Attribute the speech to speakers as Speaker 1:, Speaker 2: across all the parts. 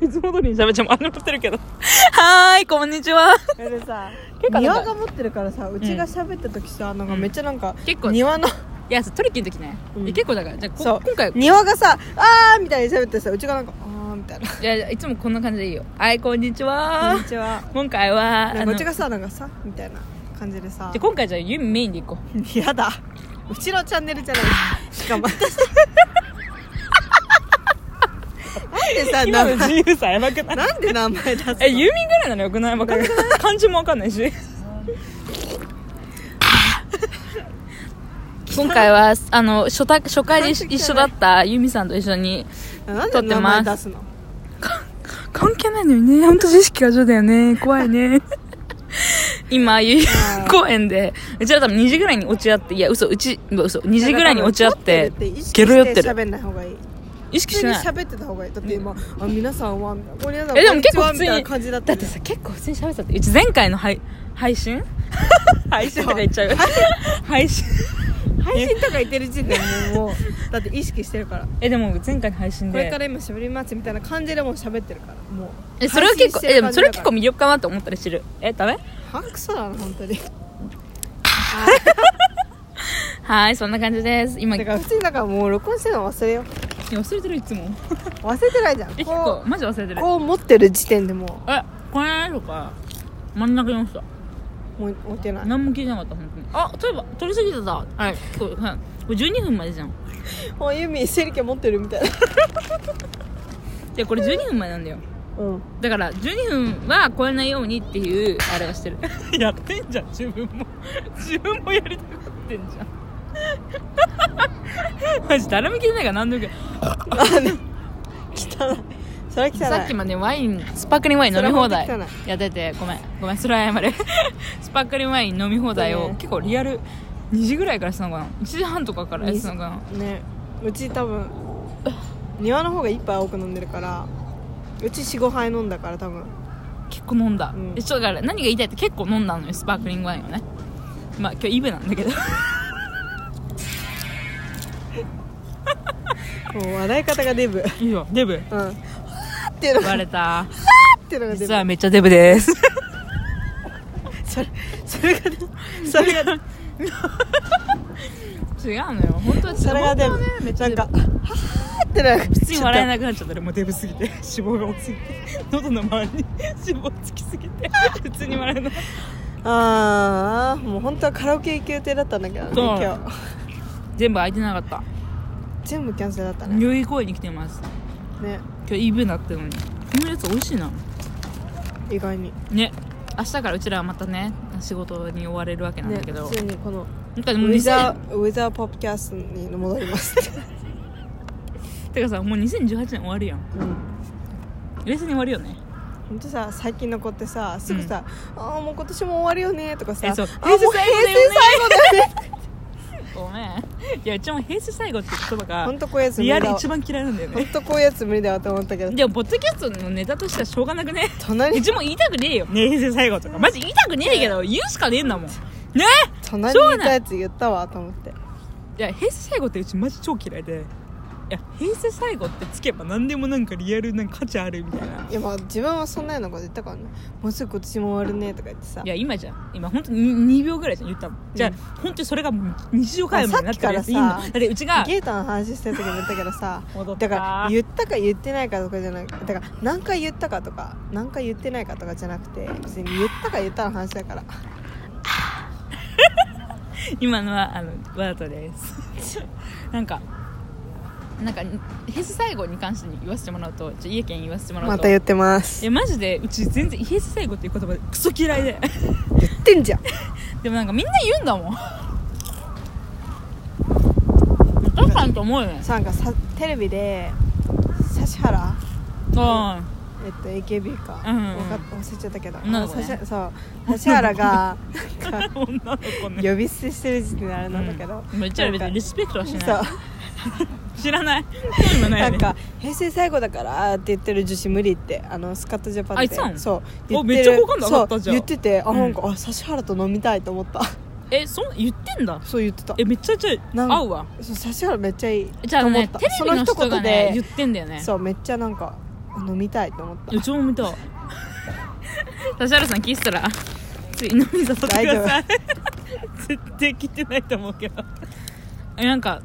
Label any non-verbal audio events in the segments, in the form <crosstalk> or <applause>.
Speaker 1: いつも通りに喋っちゃう始まってるけど
Speaker 2: はーい、こんにちは。
Speaker 3: でさ
Speaker 1: 結構なんか
Speaker 3: 庭が持ってるからさうちが喋った時さ、なんかめっちゃなんか
Speaker 1: 結構
Speaker 3: 庭の
Speaker 1: いやトリッキーの時ね、
Speaker 3: うん
Speaker 1: いや結構だからじゃあこ
Speaker 3: そう
Speaker 1: 今回
Speaker 3: 庭がさあーみたいに喋ってさうちがなんかあーみたいな
Speaker 1: いやいつもこんな感じでいいよはいこんにち
Speaker 3: こん
Speaker 1: は
Speaker 3: にちは
Speaker 1: 今回は
Speaker 3: な
Speaker 1: あ
Speaker 3: んか
Speaker 1: の
Speaker 3: うち
Speaker 1: じゃ
Speaker 3: がさなんかさみたいな感じ
Speaker 1: <laughs>
Speaker 3: でさ
Speaker 1: あ今回じゃあユミメインでいこう
Speaker 3: やだうちのチャンネルじゃない
Speaker 1: <laughs>
Speaker 3: しかも私なんで
Speaker 1: 今
Speaker 3: さ
Speaker 1: の
Speaker 3: 名前
Speaker 1: 自由さやばくない
Speaker 3: <laughs> なんで名前出すの
Speaker 1: えユミぐらいなのよく <laughs>
Speaker 3: <laughs>
Speaker 1: ないわかんない漢字もわかんないし今回はあの初た初回で一緒だったユミさんと一緒に
Speaker 3: なん
Speaker 1: 撮
Speaker 3: で
Speaker 1: って
Speaker 3: 名
Speaker 1: ます
Speaker 3: 前出すの
Speaker 1: 関係ないのよ
Speaker 3: <laughs>
Speaker 1: ね本当知識過剰だよね怖いね <laughs> 今遊
Speaker 3: う
Speaker 1: 々
Speaker 3: ん
Speaker 1: 公園でうちら多分2時ぐらいに落ち合っていや嘘うち嘘2時ぐらいに落ち合って
Speaker 3: なんか多分撮
Speaker 1: ゲロ酔って
Speaker 3: 意識して
Speaker 1: る
Speaker 3: 喋んない方がいい
Speaker 1: 意
Speaker 3: 普
Speaker 1: 識し
Speaker 3: 通
Speaker 1: て
Speaker 3: に
Speaker 1: ない
Speaker 3: 喋ってた方がいいだって今、あ皆さんはみたいなこれ皆さん
Speaker 1: えでも結構
Speaker 3: こ
Speaker 1: 普
Speaker 3: んに
Speaker 1: 通
Speaker 3: ちはみたい
Speaker 1: に
Speaker 3: な感じだ
Speaker 1: だ
Speaker 3: った
Speaker 1: っ
Speaker 3: よ
Speaker 1: てさ結構普通に喋ってたってうち前回の配配
Speaker 3: <laughs>
Speaker 1: 信配信とか言っちゃう配信
Speaker 3: 配信とか言ってる時点でもうもう <laughs> だって意識してるから
Speaker 1: えでも前回の配信
Speaker 3: こ
Speaker 1: で
Speaker 3: れから今喋りますみたいな感じでもう喋ってるからもう
Speaker 1: えそれは結構
Speaker 3: 配信して
Speaker 1: え
Speaker 3: る
Speaker 1: でも
Speaker 3: 感
Speaker 1: それ
Speaker 3: じだ
Speaker 1: は結構魅力かなと思ったりしてるえダメ
Speaker 3: からはクソだな本当
Speaker 1: <laughs>
Speaker 3: に
Speaker 1: はいそんな感じです今
Speaker 3: だから普通にだからもう録音してるの忘れよう
Speaker 1: いや忘れてるいつも
Speaker 3: 忘れてないじゃん
Speaker 1: え結
Speaker 3: こ
Speaker 1: 構マジ忘れて
Speaker 3: う
Speaker 1: る
Speaker 3: こう持ってる時点でも
Speaker 1: えこれとか真ん中に落ちた
Speaker 3: うもう置けない
Speaker 1: 何も聞いてなかった本当にあそういえば取りすぎてたはいこれはいこれ12分までじゃん
Speaker 3: もうユミ整理券持ってるみ
Speaker 1: <laughs>
Speaker 3: たいな
Speaker 1: でこれ12分前なんだよ
Speaker 3: うん
Speaker 1: だから12分は超えないようにっていうあれはしてる <laughs> やってんじゃん自分も <laughs> 自分もやりたがってんじ <laughs> ゃんマジ誰も聞いてないから何でもいいけど
Speaker 3: <laughs> 汚いそれは汚い
Speaker 1: さっきまでワインスパークリングワイン飲み放題
Speaker 3: それ本当
Speaker 1: やっててごめんごめんそれは <laughs> 謝れスパークリングワイン飲み放題
Speaker 3: そう
Speaker 1: を
Speaker 3: ね
Speaker 1: 結構リアル2時ぐらいからやってたのかな1時半とかからやってたのかな
Speaker 3: ねうち多分庭の方が一杯多く飲んでるからうち45杯飲んだから多分
Speaker 1: 結構飲んだ、
Speaker 3: うん
Speaker 1: えちょっとだから何が言いたいって結構飲んだのよスパークリングワインをねまあ今日イブなんだけど
Speaker 3: もう笑い方がデブ
Speaker 1: いいよデブ
Speaker 3: うんっていうのが
Speaker 1: バレた
Speaker 3: っていうのがデ
Speaker 1: 実
Speaker 3: ブ
Speaker 1: はめっちゃ <laughs> デブです
Speaker 3: それそれがデブそれがデ
Speaker 1: 違うのよ本当は
Speaker 3: ブそれがデブ
Speaker 1: 本当はねめっちゃ
Speaker 3: な
Speaker 1: デ
Speaker 3: ん
Speaker 1: ブ
Speaker 3: かはーってなんか
Speaker 1: 普通に笑えなくなっちゃったらもうデブすぎて脂肪が多すぎて喉の周りに脂肪つきすぎて普通に笑えない
Speaker 3: ああもう本当はカラオケ行く予定だったんだけどね
Speaker 1: そう
Speaker 3: 今日
Speaker 1: 全部空いてなかった
Speaker 3: 全部キャンセルだったね
Speaker 1: 代々木公園に来てます
Speaker 3: ね
Speaker 1: 今日イブになってるのにこのやつ美味しいな
Speaker 3: 意外に
Speaker 1: ね明日からうちらはまたね仕事に追われるわけなん
Speaker 3: ね
Speaker 1: だけど、
Speaker 3: 普通にこの
Speaker 1: なんかで
Speaker 3: ウ
Speaker 1: も
Speaker 3: ィザ
Speaker 1: 2000
Speaker 3: ーウィザーポップキャストに戻ります
Speaker 1: てかさもう2018年終わるやん
Speaker 3: うん
Speaker 1: 冷静に終わるよね
Speaker 3: ほんとさ最近の子ってさすぐさ「ああもう今年も終わるよね」とかさ「
Speaker 1: え
Speaker 3: あ
Speaker 1: そ
Speaker 3: ー
Speaker 1: う
Speaker 3: もう
Speaker 1: 平
Speaker 3: 平
Speaker 1: 成
Speaker 3: 成
Speaker 1: 最後だよね
Speaker 3: 最後だよね」
Speaker 1: ごめんいやうちも平成最後って言葉
Speaker 3: ほん
Speaker 1: が
Speaker 3: とこういうやつ無
Speaker 1: リア
Speaker 3: 理
Speaker 1: ル
Speaker 3: だ
Speaker 1: 一番嫌いなんだよ
Speaker 3: ほん
Speaker 1: ね
Speaker 3: とこういうやつ無理だわと思ったけど
Speaker 1: でもポッドキャストのネタとしてはしょうがなくねう
Speaker 3: 隣
Speaker 1: ちも言いたくねえよね平成最後とかマジ言いたくねえけど言うしかねえんだもんね
Speaker 3: 隣にいたやつ言ったわと思って
Speaker 1: いや平成最後ってうちマジ超嫌いでいや平成最後ってつけば何でもなんかリアルなんか価値あるみたいない
Speaker 3: やまあ自分はそんなようなこと言ったからね「もうすぐ今年も終わるね」とか言ってさ
Speaker 1: いや今じゃん今本当に2秒ぐらいじゃん言ったもんじゃあ、本当にそれが日常会話になってるやついいの
Speaker 3: さ
Speaker 1: だ
Speaker 3: っきからさ
Speaker 1: ってうちが
Speaker 3: ゲータの話してる時も言ったけどさ
Speaker 1: 戻った
Speaker 3: だから言ったか言ってないかとかじゃなくてだから何回言ったかとか何回言ってないかとかじゃなくて別に言ったか言ったの話だから
Speaker 1: 今のはあのわざとです <laughs> なんかなんか平成最後に関してに言わせてもらうとちょ家県言わせてもら
Speaker 3: ま
Speaker 1: うと
Speaker 3: た言ってます
Speaker 1: えマジでうち全然平成最後っていう言葉でクソ嫌い <laughs> で
Speaker 3: 言ってんじゃん
Speaker 1: でもなんかみんな言うんだ <laughs> もん確かにと思うよね
Speaker 3: さなんかさテレビで指原
Speaker 1: うん
Speaker 3: えっと AKB か、
Speaker 1: うんうん
Speaker 3: わかっ忘れちゃったけど、
Speaker 1: 女の子ね
Speaker 3: 指原そう指原が
Speaker 1: <laughs> 女の子ね
Speaker 3: 呼び捨てしてる時点であれなんだけど、
Speaker 1: うんうちら別にリスペクトはし
Speaker 3: なん
Speaker 1: な
Speaker 3: か
Speaker 1: い
Speaker 3: そう
Speaker 1: 知らない興味もないよ
Speaker 3: な
Speaker 1: ね
Speaker 3: んか「平成最後だから」って言ってる女子無理ってあのスカットジャパンで
Speaker 1: あいつなの
Speaker 3: そう
Speaker 1: お
Speaker 3: 言ってる
Speaker 1: めっちゃ好感度上がったじゃん
Speaker 3: そう言っててあ
Speaker 1: うん
Speaker 3: なんか、あ指原と飲みたいと思った
Speaker 1: えそん言ってんだ
Speaker 3: そう言ってた
Speaker 1: えめっちゃちゃ
Speaker 3: なんか
Speaker 1: 合うわ
Speaker 3: そう指原めっちゃいい
Speaker 1: じゃあね
Speaker 3: と思った
Speaker 1: テレビの人
Speaker 3: そ
Speaker 1: が
Speaker 3: の一
Speaker 1: ね
Speaker 3: 言で
Speaker 1: 言ってんだよね
Speaker 3: そうめっちゃなんか飲みたいと思った
Speaker 1: いや超飲み
Speaker 3: <laughs>
Speaker 1: たい指原さん聞いてたらつい飲み誘ってください
Speaker 3: 大丈
Speaker 1: 絶対聞いてないと思うけどえなんか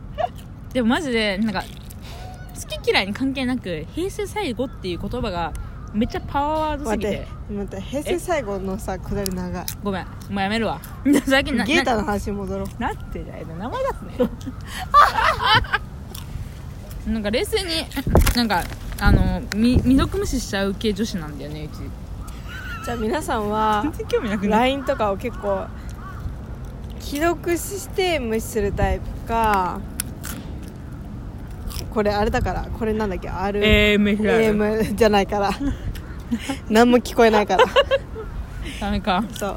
Speaker 1: でもマジでなんか好き嫌いに関係なく平成最後っていう言葉がめっちゃパワーワードす
Speaker 3: 待っ
Speaker 1: ぎ
Speaker 3: て
Speaker 1: て
Speaker 3: 待って平成最後のさ下り長い
Speaker 1: ごめんもうやめるわ <laughs> 最近な
Speaker 3: ゲータ
Speaker 1: な
Speaker 3: の話に戻ろう
Speaker 1: なってだよ名前出すね <laughs> なんか冷静になんかあのみ未読無視しちゃう系女子なんだよねうち
Speaker 3: じゃあ皆さんは <laughs>
Speaker 1: 全然興味なくない
Speaker 3: LINE とかを結構既読して無視するタイプかこれあれだからこれなんだっけ R
Speaker 1: AMFR
Speaker 3: AM じゃないから <laughs> 何も聞こえないから
Speaker 1: ダメか
Speaker 3: そ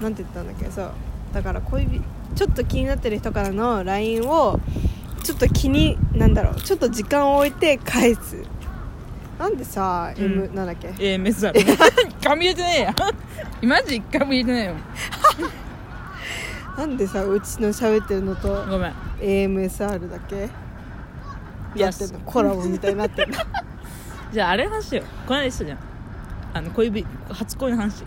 Speaker 3: うなんて言ったんだっけそうだから恋人ちょっと気になってる人からの LINE をちょっと気になんだろうちょっと時間を置いて返すなんでさ、
Speaker 1: うん
Speaker 3: M なんだっけ
Speaker 1: AMFR <laughs> 髪入れてねえや <laughs> マジ一回も入れてないよ
Speaker 3: なんでさうちの喋ってるのと
Speaker 1: ごめん
Speaker 3: AMSR だけ
Speaker 1: いや
Speaker 3: やってんのコラボみたいになって
Speaker 1: <laughs>
Speaker 3: んの
Speaker 1: じゃああれの話しようこの間したじゃんあの恋人初恋の話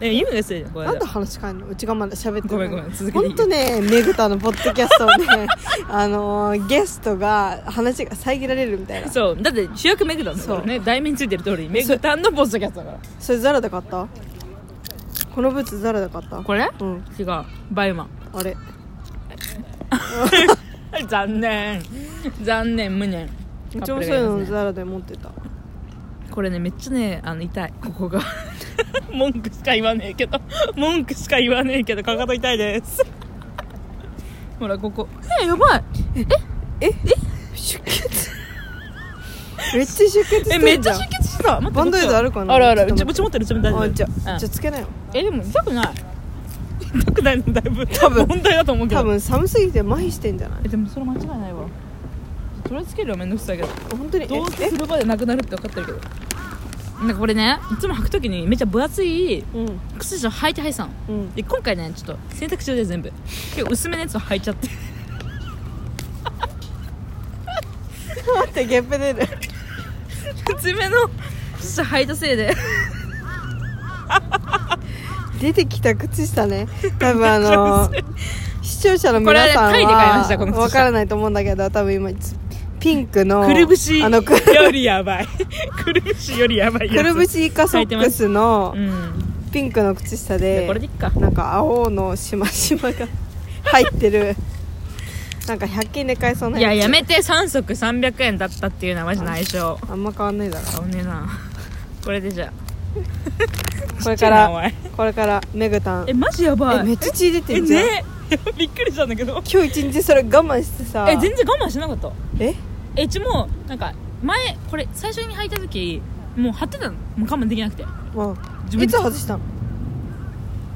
Speaker 1: えゆめがしたじゃんこれ
Speaker 3: なんで話変えんのうちがまだ喋って
Speaker 1: ごめんごめん続けていいよ
Speaker 3: ほんとねねぐたのポッドキャストをね <laughs> あのーゲストが話が遮られるみたいな
Speaker 1: そうだって主役めぐたんだ
Speaker 3: そう
Speaker 1: からね題名についてる通りめぐたんのポストキャストだから
Speaker 3: それザラで買ったこのブーツザラで買った
Speaker 1: これ
Speaker 3: うん
Speaker 1: 違うバイマン
Speaker 3: あれ
Speaker 1: <laughs> 残念残念無念
Speaker 3: うちもそういうの
Speaker 1: カップルがいますね
Speaker 3: ザラで持ってた
Speaker 1: これねめっちゃねあの痛いここが <laughs> 文句しか言わねえけど文句しか言わねえけどかかと痛いです <laughs> ほらここえやばい
Speaker 3: 出血めっちゃ出血してんじゃ
Speaker 1: え
Speaker 3: ん
Speaker 1: めっちゃ出血した待って
Speaker 3: バンドエイドあるかな
Speaker 1: あるあるう
Speaker 3: ちょっ
Speaker 1: ち
Speaker 3: と
Speaker 1: うち持ってるうちも大丈夫
Speaker 3: あじゃ
Speaker 1: うん
Speaker 3: あじゃあつけなよ
Speaker 1: えでも痛くない痛くないのだいぶ多分問題だと思うけど
Speaker 3: 多分寒すぎて麻痺してんじゃない
Speaker 1: えでもそれ間違いないわとりあえずつけるはめんどくさいけど
Speaker 3: 本当 <laughs> に
Speaker 1: どうせ
Speaker 3: え
Speaker 1: 風呂場でなくなるって分かってるけどなんかこれねいつも履くときにめっちゃ分厚い
Speaker 3: えうん
Speaker 1: 靴下を履いて履いてたの
Speaker 3: うん
Speaker 1: で今回ねちょっと洗濯中で全部結構薄めのやつを履いちゃって <laughs>
Speaker 3: <laughs> 待ってゲップ出る
Speaker 1: 薄めの靴下履いたせいで
Speaker 3: 出てきた靴
Speaker 1: <laughs>
Speaker 3: 下ね多分あの視聴者の皆さん
Speaker 1: これはねタイで買いましたこの
Speaker 3: は
Speaker 1: 靴下
Speaker 3: 分からないと思うんだけど多分今ピンクの
Speaker 1: くるぶし
Speaker 3: あのく
Speaker 1: よりやばい <laughs> くるぶしよりやばいやつ
Speaker 3: くるぶしイカソックスの
Speaker 1: <laughs> うん
Speaker 3: ピンクの靴下
Speaker 1: じゃあ
Speaker 3: で
Speaker 1: これでいっか
Speaker 3: なんか青のしましまが入ってるなんか100均で買えそうない
Speaker 1: ややめて3足300円だったっていうのはマジ内緒
Speaker 3: あんま変わんないだろ
Speaker 1: あおねえなこれでじゃあ
Speaker 3: これ
Speaker 1: ちっ
Speaker 3: か
Speaker 1: ちゃいなお
Speaker 3: ら
Speaker 1: 前
Speaker 3: これからめぐたん
Speaker 1: えマジやばい
Speaker 3: えめっちゃ血出て
Speaker 1: え
Speaker 3: んじゃん、
Speaker 1: ね <laughs> びっくりしたんだけど
Speaker 3: 今日一日それ我慢してさ
Speaker 1: え全然我慢しなかった
Speaker 3: え
Speaker 1: えうちもなんか前これ最初に履いた時もう貼ってたのもう我慢できなくて
Speaker 3: も
Speaker 1: 自
Speaker 3: う
Speaker 1: 分で
Speaker 3: いつ外したの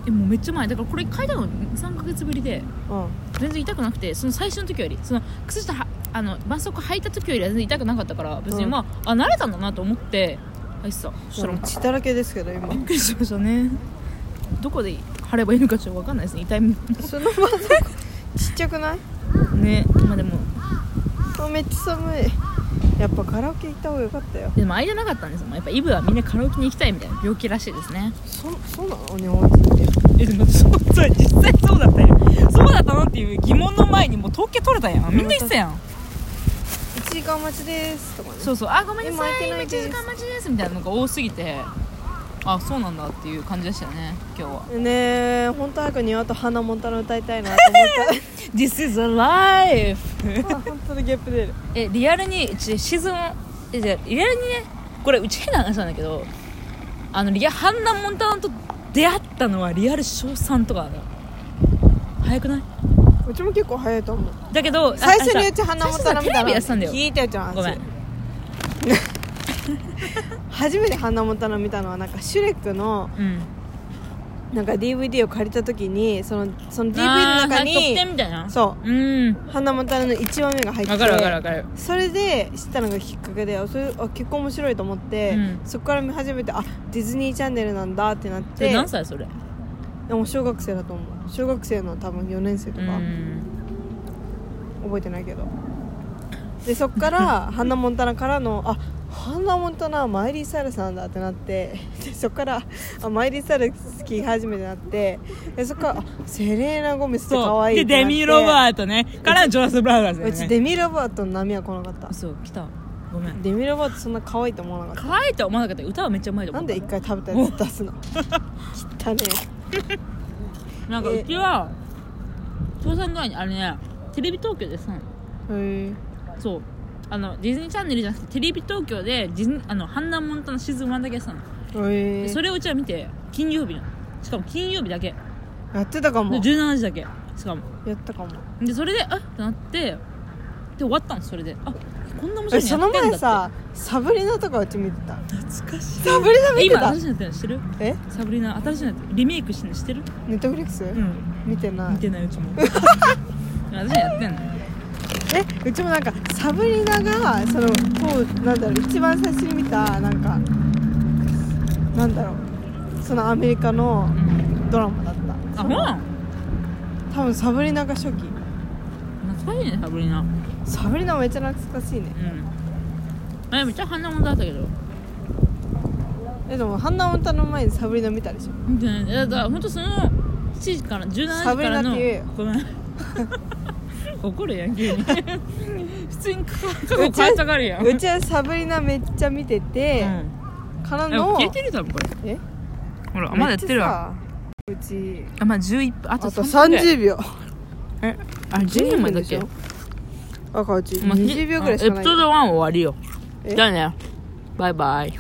Speaker 1: えもうめっちゃ前だからこれ買いたの3ヶ月ぶりで
Speaker 3: うん
Speaker 1: 全然痛くなくてその最初の時よりその靴下はあの絆創膏履いた時よりは全然痛くなかったから別に
Speaker 3: うん
Speaker 1: まあ,、あ慣れたんだなと思って履いてたそしたら
Speaker 3: も
Speaker 1: も
Speaker 3: う
Speaker 1: う
Speaker 3: 血だらけですけど今
Speaker 1: びっくりしましたねどこで貼ればいいのかちょっと分かんないですね痛いも
Speaker 3: その場でちっちゃくない
Speaker 1: ねまあでも
Speaker 3: あめっちゃ寒いやっぱカラオケ行った方がよかったよ
Speaker 1: でも間なかったんですもんやっぱイブはみんなカラオケに行きたいみたいな病気らしいですね
Speaker 3: そそうなの日本人って
Speaker 1: えでもそうそう実際そうだったよそうだったのっていう疑問の前にもう統計取れたやんみんな言ってたやん
Speaker 3: 1時間待ちですとかね
Speaker 1: そうそうあごめんなさい
Speaker 3: 今
Speaker 1: 今
Speaker 3: 空い
Speaker 1: 1
Speaker 3: てないです
Speaker 1: 時間待ちですみたいなのが多すぎてあそうなんだっていう感じでしたね今日は
Speaker 3: ねえ本当早く庭と花もたの歌いたいなと思っ
Speaker 1: This is a life
Speaker 3: たあ本当にゲップ出る
Speaker 1: えリアルにうちシーズンえじゃあリアルにねこれうち変な話なんだけどあのリアハンナ・モンタナと出会ったのはリアル小3とかだ早くないう
Speaker 3: ちも結構早いと思う
Speaker 1: だけどあ
Speaker 3: 最初
Speaker 1: あ
Speaker 3: に
Speaker 1: さ
Speaker 3: うち花もたの
Speaker 1: 最初さテ
Speaker 3: みた
Speaker 1: レ
Speaker 3: いな
Speaker 1: ビやってたんだよ
Speaker 3: 聞いてちゃん
Speaker 1: ごめん
Speaker 3: 初めて花もたの見たのはなんかシュレックの
Speaker 1: うん
Speaker 3: なんか DVD を借りた時にそのその DVD の
Speaker 1: あー
Speaker 3: 中
Speaker 1: はい特
Speaker 3: に
Speaker 1: 典みたいな
Speaker 3: そう
Speaker 1: うん
Speaker 3: う花もたのの1話目が入って
Speaker 1: わかるわかるわかる
Speaker 3: それで知ったのがきっかけであそれあ結構面白いと思って、
Speaker 1: うん
Speaker 3: そこから見始めてあディズニーチャンネルなんだってなっ
Speaker 1: それ
Speaker 3: て
Speaker 1: 何歳それ
Speaker 3: でも小学生だと思う小学生の多分4年生と
Speaker 1: う
Speaker 3: か、
Speaker 1: ん <laughs>
Speaker 3: 覚えてないけどでそこからハンナ・モンタナからのあハンナ・モンタナはマイリー・サイラスなんだってなってでそこからあマイリー・サイラス好き初めてなってでそこからあセレーナ・ゴメスって可
Speaker 1: そう
Speaker 3: 愛い
Speaker 1: で
Speaker 3: ってなって
Speaker 1: デミ・ロバートねからジョナス・ブラウダーズだ
Speaker 3: う
Speaker 1: よ
Speaker 3: ち
Speaker 1: ね
Speaker 3: デミ・ロバートの波は来なかった
Speaker 1: そう来たごめん
Speaker 3: デミ・ロバートそんな可愛いと思わなかっ
Speaker 1: 可愛いとは思わなかった歌はめっちゃうまい
Speaker 3: た
Speaker 1: と
Speaker 3: な
Speaker 1: 思
Speaker 3: ん
Speaker 1: う
Speaker 3: で一回食べたやつ
Speaker 1: <laughs>
Speaker 3: 出すの汚ね
Speaker 1: なんかうちは調査ぐらいにあれねテレビ東京でさ
Speaker 3: えへえ
Speaker 1: そうあのディズニーチャンネルじゃなくてテレビ東京でディズニーあのハンナ・モンタナシーズン1だけやってたの
Speaker 3: へ
Speaker 1: で
Speaker 3: え
Speaker 1: それをうちは見て金曜日のしかも金曜日だけで
Speaker 3: やってたかも
Speaker 1: 17時だけしかも
Speaker 3: やったかも
Speaker 1: でそれであっってなってで終わったのそれであこんな面白
Speaker 3: え
Speaker 1: いの
Speaker 3: そ
Speaker 1: や
Speaker 3: の
Speaker 1: ってんだって
Speaker 3: 前さサブリナとかうち見てた
Speaker 1: 懐かしい
Speaker 3: サブリナ見て
Speaker 1: 今
Speaker 3: た
Speaker 1: 新しいのやってるの知ってる
Speaker 3: え
Speaker 1: サブリナ新しいのやってるリメイクしてるの知ってる
Speaker 3: ネットフリックス
Speaker 1: うん
Speaker 3: 見てな
Speaker 1: 見
Speaker 3: い
Speaker 1: てないうち
Speaker 3: <laughs>
Speaker 1: も私やってんの
Speaker 3: えうちもなんかサブリナがそのこうなんだろう一番最初に見たなんかなんだろうそのアメリカの
Speaker 1: うん
Speaker 3: ドラマだった
Speaker 1: あ
Speaker 3: そ
Speaker 1: ほ
Speaker 3: の
Speaker 1: ら
Speaker 3: 多分サブリナが初期
Speaker 1: 懐かしいねサブリナうん
Speaker 3: サブリナめっちゃ懐かしいね
Speaker 1: あめっちゃ鼻もんだったけど
Speaker 3: えでもハンナモンタの前にサブリナ見たでしょ
Speaker 1: 見てないだから本当その7時から17
Speaker 3: サ
Speaker 1: 時か
Speaker 3: ブリナ
Speaker 1: ら
Speaker 3: っ
Speaker 1: の
Speaker 3: て言えよ
Speaker 1: ごめん <laughs> 怒るやん急
Speaker 3: <laughs>
Speaker 1: に普通に過去過去変えたがるやん
Speaker 3: うちはサブリナめっちゃ見てて、
Speaker 1: うん
Speaker 3: から
Speaker 1: でも
Speaker 3: の
Speaker 1: 消えてる多分これ
Speaker 3: え
Speaker 1: ほらまだやってるわ
Speaker 3: めっちゃさうち
Speaker 1: あまだ11分あ
Speaker 3: あ
Speaker 1: と
Speaker 3: と
Speaker 1: 3分
Speaker 3: 30秒
Speaker 1: えあ10分前だっけ
Speaker 3: 10分あかうち
Speaker 1: まあ
Speaker 3: 20秒ぐらいしか
Speaker 1: エ
Speaker 3: な
Speaker 1: ピ
Speaker 3: い
Speaker 1: ソード1終わりよ
Speaker 3: え
Speaker 1: じゃあねバイバイ